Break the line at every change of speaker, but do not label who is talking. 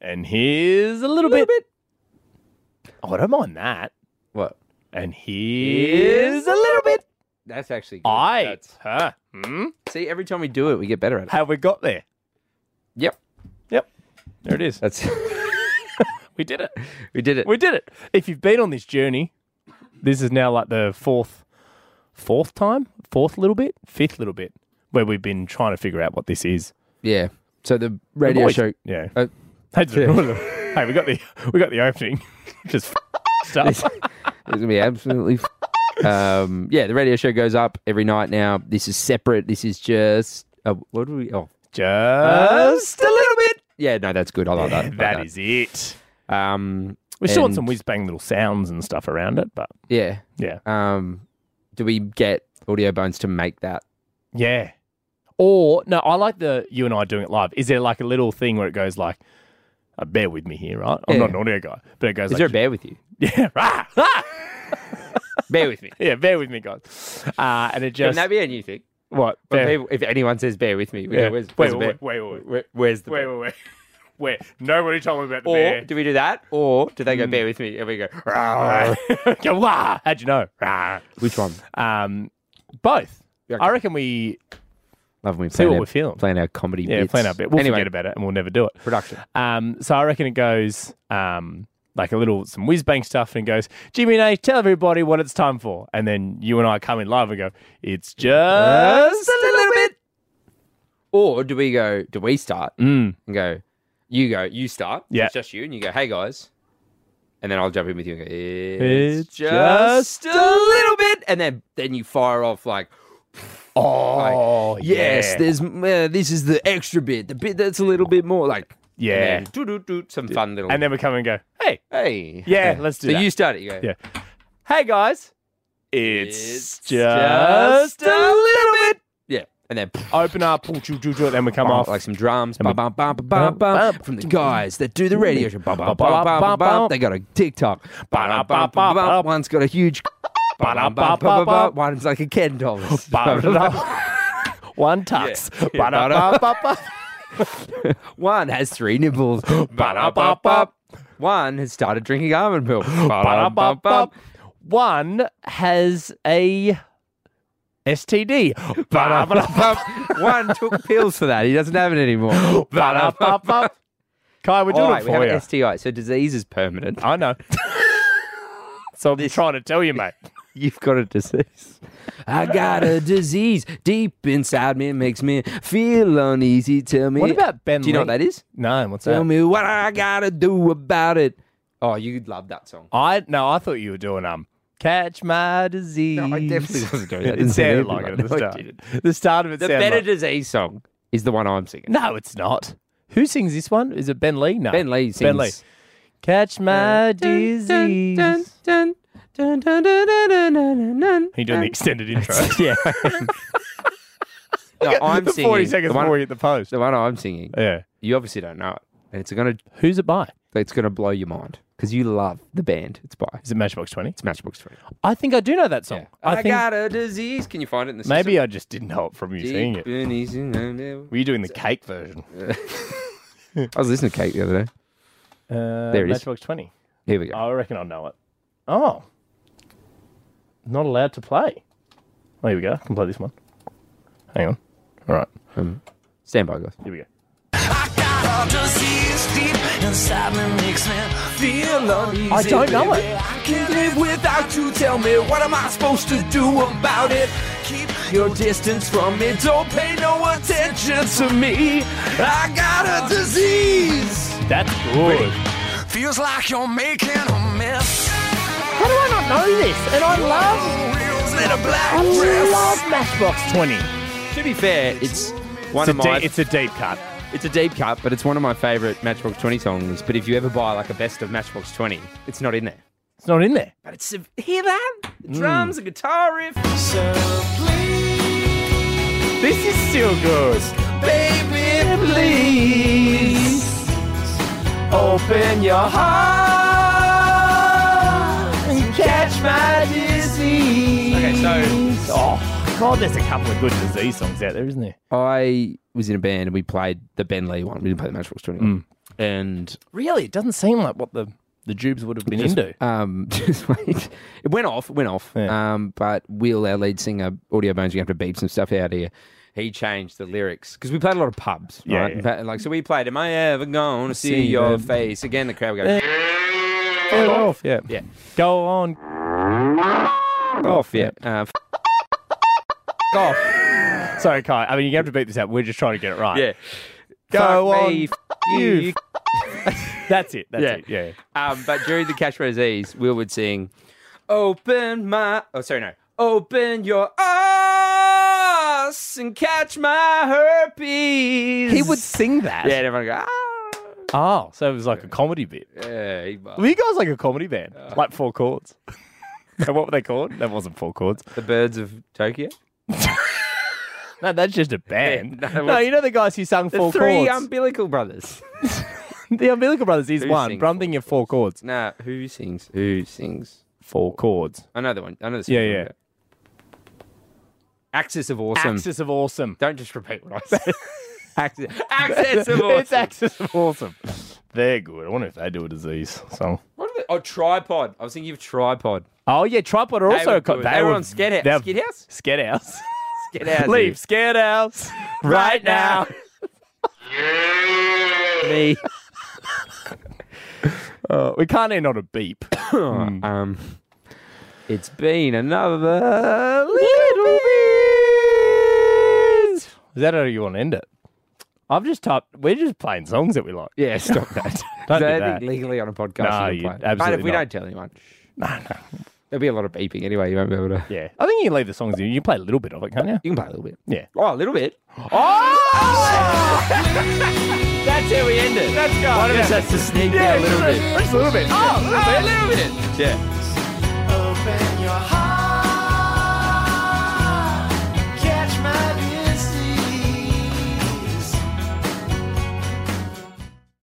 And here's a little,
Little
bit. Oh, I don't mind that.
What?
And here's a little bit.
That's actually good.
I.
That's-
Huh. Hmm?
See, every time we do it, we get better at it.
Have we got there?
Yep.
Yep. There it is.
That's
We did it.
we did it.
We did it. If you've been on this journey, this is now like the fourth, fourth time, fourth little bit, fifth little bit, where we've been trying to figure out what this is.
Yeah. So the radio
Boys-
show.
Yeah.
Uh,
That's- hey, we got the we got the opening. Just stuff.
It's gonna be absolutely. f- um, yeah, the radio show goes up every night now. This is separate. This is just. Uh, what do we? Oh,
Just a little bit.
yeah. No, that's good. I like that.
That is it.
Um,
We're still on
And-
some whiz bang little sounds and stuff around it, but
yeah.
yeah,
Um, do we get Audio Bones to make that?
yeah. Or no, I like the you and I doing it live. Is there like a little thing where it goes like, uh, "Bear with me here, right?" I'm
Yeah.
not an audio guy, but it goes
Is
like,
there a bear with you?
Yeah, rah, rah.
Bear with me.
yeah, bear with me, guys. Uh, and it
Can
just
that be a new thing?
what?
When
Bear,
people- if anyone says bear with me, we
yeah.
go, where's,
wait,
where's
wait,
the bear?
wait, wait, wait,
Where- where's the
wait,
bear?
wait, wait. Wait, nobody told me about the
Or
bear.
do we do that? Or do they go bear with me? And we go, "Rah."
Go, "Wah." How'd you know? Rah.
which one?
Um, both.
Okay.
I reckon we
Love when we
see
plan
what
our-
we're feeling.
Plan our comedy
Yeah,
bits.
plan our bit. We'll
anyway,
forget about it and we'll never do it.
production.
Um, so I reckon it goes um, like a little some whiz bang stuff and it goes, Jimmy and A, tell everybody what it's time for. And then you and I come in live and go, It's Uh, just a little bit.
Or do we go, do we start
Mm.
and go, you go, you start.
Yeah.
It's just you. And you go, hey guys. And then I'll jump in with you and go, it's,
It's
just, a little bit. And then, then you fire off like,
Oh,
yes,
yeah.
there's uh, this is the extra bit, the bit that's a little bit more like,
Yeah.
and then doo-doo-doo, some fun little.
And then we come and go, Hey,
hey,
Yeah, let's do
so
that.
you start it. You go,
Yeah. hey guys. It's,
It's
just,
just
a
a
little bit.
yeah. And then
Open up, and we come
bump,
off.
like some drums
we-
bum, bum, bum, bum, bum, bum, from the guys that do the radio show. Bum, bum, bum, bum, bum, bum. They got a TikTok. Bum, bum, bum, bum, bum. One's got a huge. Bum, bum, bum, bum, bum. One's like a Ken doll.
One tux.
Yeah.
Ba-da-ba-ba-ba.
One has three nibbles.
Ba-da-ba-ba.
One has started drinking almond milk. Ba-da-ba-ba.
Ba-da-ba-ba. One has a STD. Ba-da-ba-da-ba.
One took pills for that. He doesn't have it anymore.
Ba-da-ba-ba. Kai, we're doing
All right,
it
we have
for you.
an STI, so disease is permanent.
I know. so I'm trying to tell you, mate.
You've got a disease. I got a disease deep inside me. It makes me feel uneasy. Tell me.
What about Ben
Do you know
Lee?
what that is?
No, what's
Tell
that?
me what I gotta do about it. Oh, you'd love that song.
I no, I thought you were doing um. Catch my disease.
No, I definitely wasn't doing that.
It
Didn't say
sounded
anything
like it
like
at the
that. No, I
start. The start of it
The
sounded
Better
like-
Disease song is the one I'm singing.
No, it's not. Who sings this one? Is it Ben Lee? No.
Ben Lee sings. Uh,
Ben Lee. Catch my disease. Are you doing the extended intro? yeah.
No, I'm
the
singing.
40 seconds
the, one,
before you hit the post.
the one I'm singing.
Yeah.
You obviously don't know it, and it's gonna
Who's it by?
it's gonna blow your mind because you love the band. It's by
Is it Matchbox 20?
it's Matchbox Twenty.
I think I do know that song. I, think
got a disease. Can you find it in the
maybe I just didn't know it from you singing it.
I
Were you doing the cake version?
was listening to Kate the other day.
Uh,
There it is.
Matchbox 20.
Here we go.
I reckon I know it. Oh. Not allowed to play. Oh, here we go. I can play this one. Hang on. All right.
Stand by, guys.
Here we go.
got a disease deep inside me makes me feel uneasy.
I don't know
baby. I can't live without you. Tell me what am I supposed to do about it? Keep your distance from me. Don't pay no attention to me. I got a disease.
That's good.
Feels like you're making a mess.
How do I not know this? And I love,
Wheels in a black
I
dress.
love Matchbox 20.
To be fair, it's one
It's a,
of my
deep, it's a deep cut.
it's a deep cut, but it's one of my favorite Matchbox Twenty songs. But if you ever buy like a best of Matchbox Twenty, it's not in there. Hmm.
It's not in there.
But it's hear that the drums, a guitar riff.
This is still good. Baby, please open your heart and catch my disease.
Okay, so-
oh god, there's a couple of good disease songs out there, isn't there?
I was in a band and we played the Ben Lee one. We didn't play the Matchbox Twenty one.
Hmm.
and
Really, it doesn't seem like what the the Jubes would have been into.
um, just wait. It went off, it went off.
Yeah.
Um, but Will, our lead singer, Audio Bones, you have to beep some stuff out here. He changed the lyrics because we played a lot of pubs,
Yeah,
right?
yeah.
Pa- Like so, we played "Am I ever gonna see,
See
your
the-
face again?" The crowd
Eh.
goes
Get off, yeah,
Yeah.
Go on,
off, yeah, uh, f- off,
Sorry, Kai. I mean, you have to beat this out. We're just trying to get it right.
yeah.
Go
Fuck
on.
me, f-
you,
you.
That's it. That's
Yeah.
it. Yeah.
Um, but during the Cash Rosés, Will would sing, "Open my oh sorry no, open your eyes and catch my herpes."
sing that.
yeah, and everyone would go ah.
Oh, so it was like a comedy bit.
Yeah, he-
Were you guys like a comedy band? Like four chords. No, what were they called? That wasn't four chords.
the birds of Tokyo.
No, that's just a band.
Yeah, no,
no,
it was-
you know the um, guys who sung
The
four
three
chords.
umbilical brothers.
the Umbilical Brothers is
Who
one,
sings
but I'm thinking of four chords.
nah, who sings? Who sings?
Four chords.
I know the one. I know the
Yeah,
song.
yeah.
Axis of awesome.
Axis of awesome.
Don't just repeat what I said. Axis, Axis of awesome.
It's Axis of awesome. They're good. I wonder if they do a disease song.
What are they? Oh, tripod. I was thinking of tripod.
Oh yeah, Tripod are
They
also
were
co-
good. They were on Sked House-
they're-
Sked House?
Sked House.
Get out.
Leave Sked House right now.
Me.
Uh, we can't end on a beep.
Um, it's been another little bit.
Is that how you want to end it? I've just typed. We're just playing songs that we like.
Yeah, stop that.
Don't do
I
that.
think legally on a podcast.
No, you-
you can't play it. But
absolutely
if we
not.
don't tell anyone, shh. there'll be a lot of beeping anyway. You won't be able to.
Yeah, I think you can leave the songs in. You can play a little bit of it, can't you?
You can play a little bit.
Yeah.
Oh, a little bit.
Oh,
That's how we end it.
let's go.
One of us has to sneak in a little bit.
Just a little bit. Oh,
A little bit. Yeah.
Open your heart.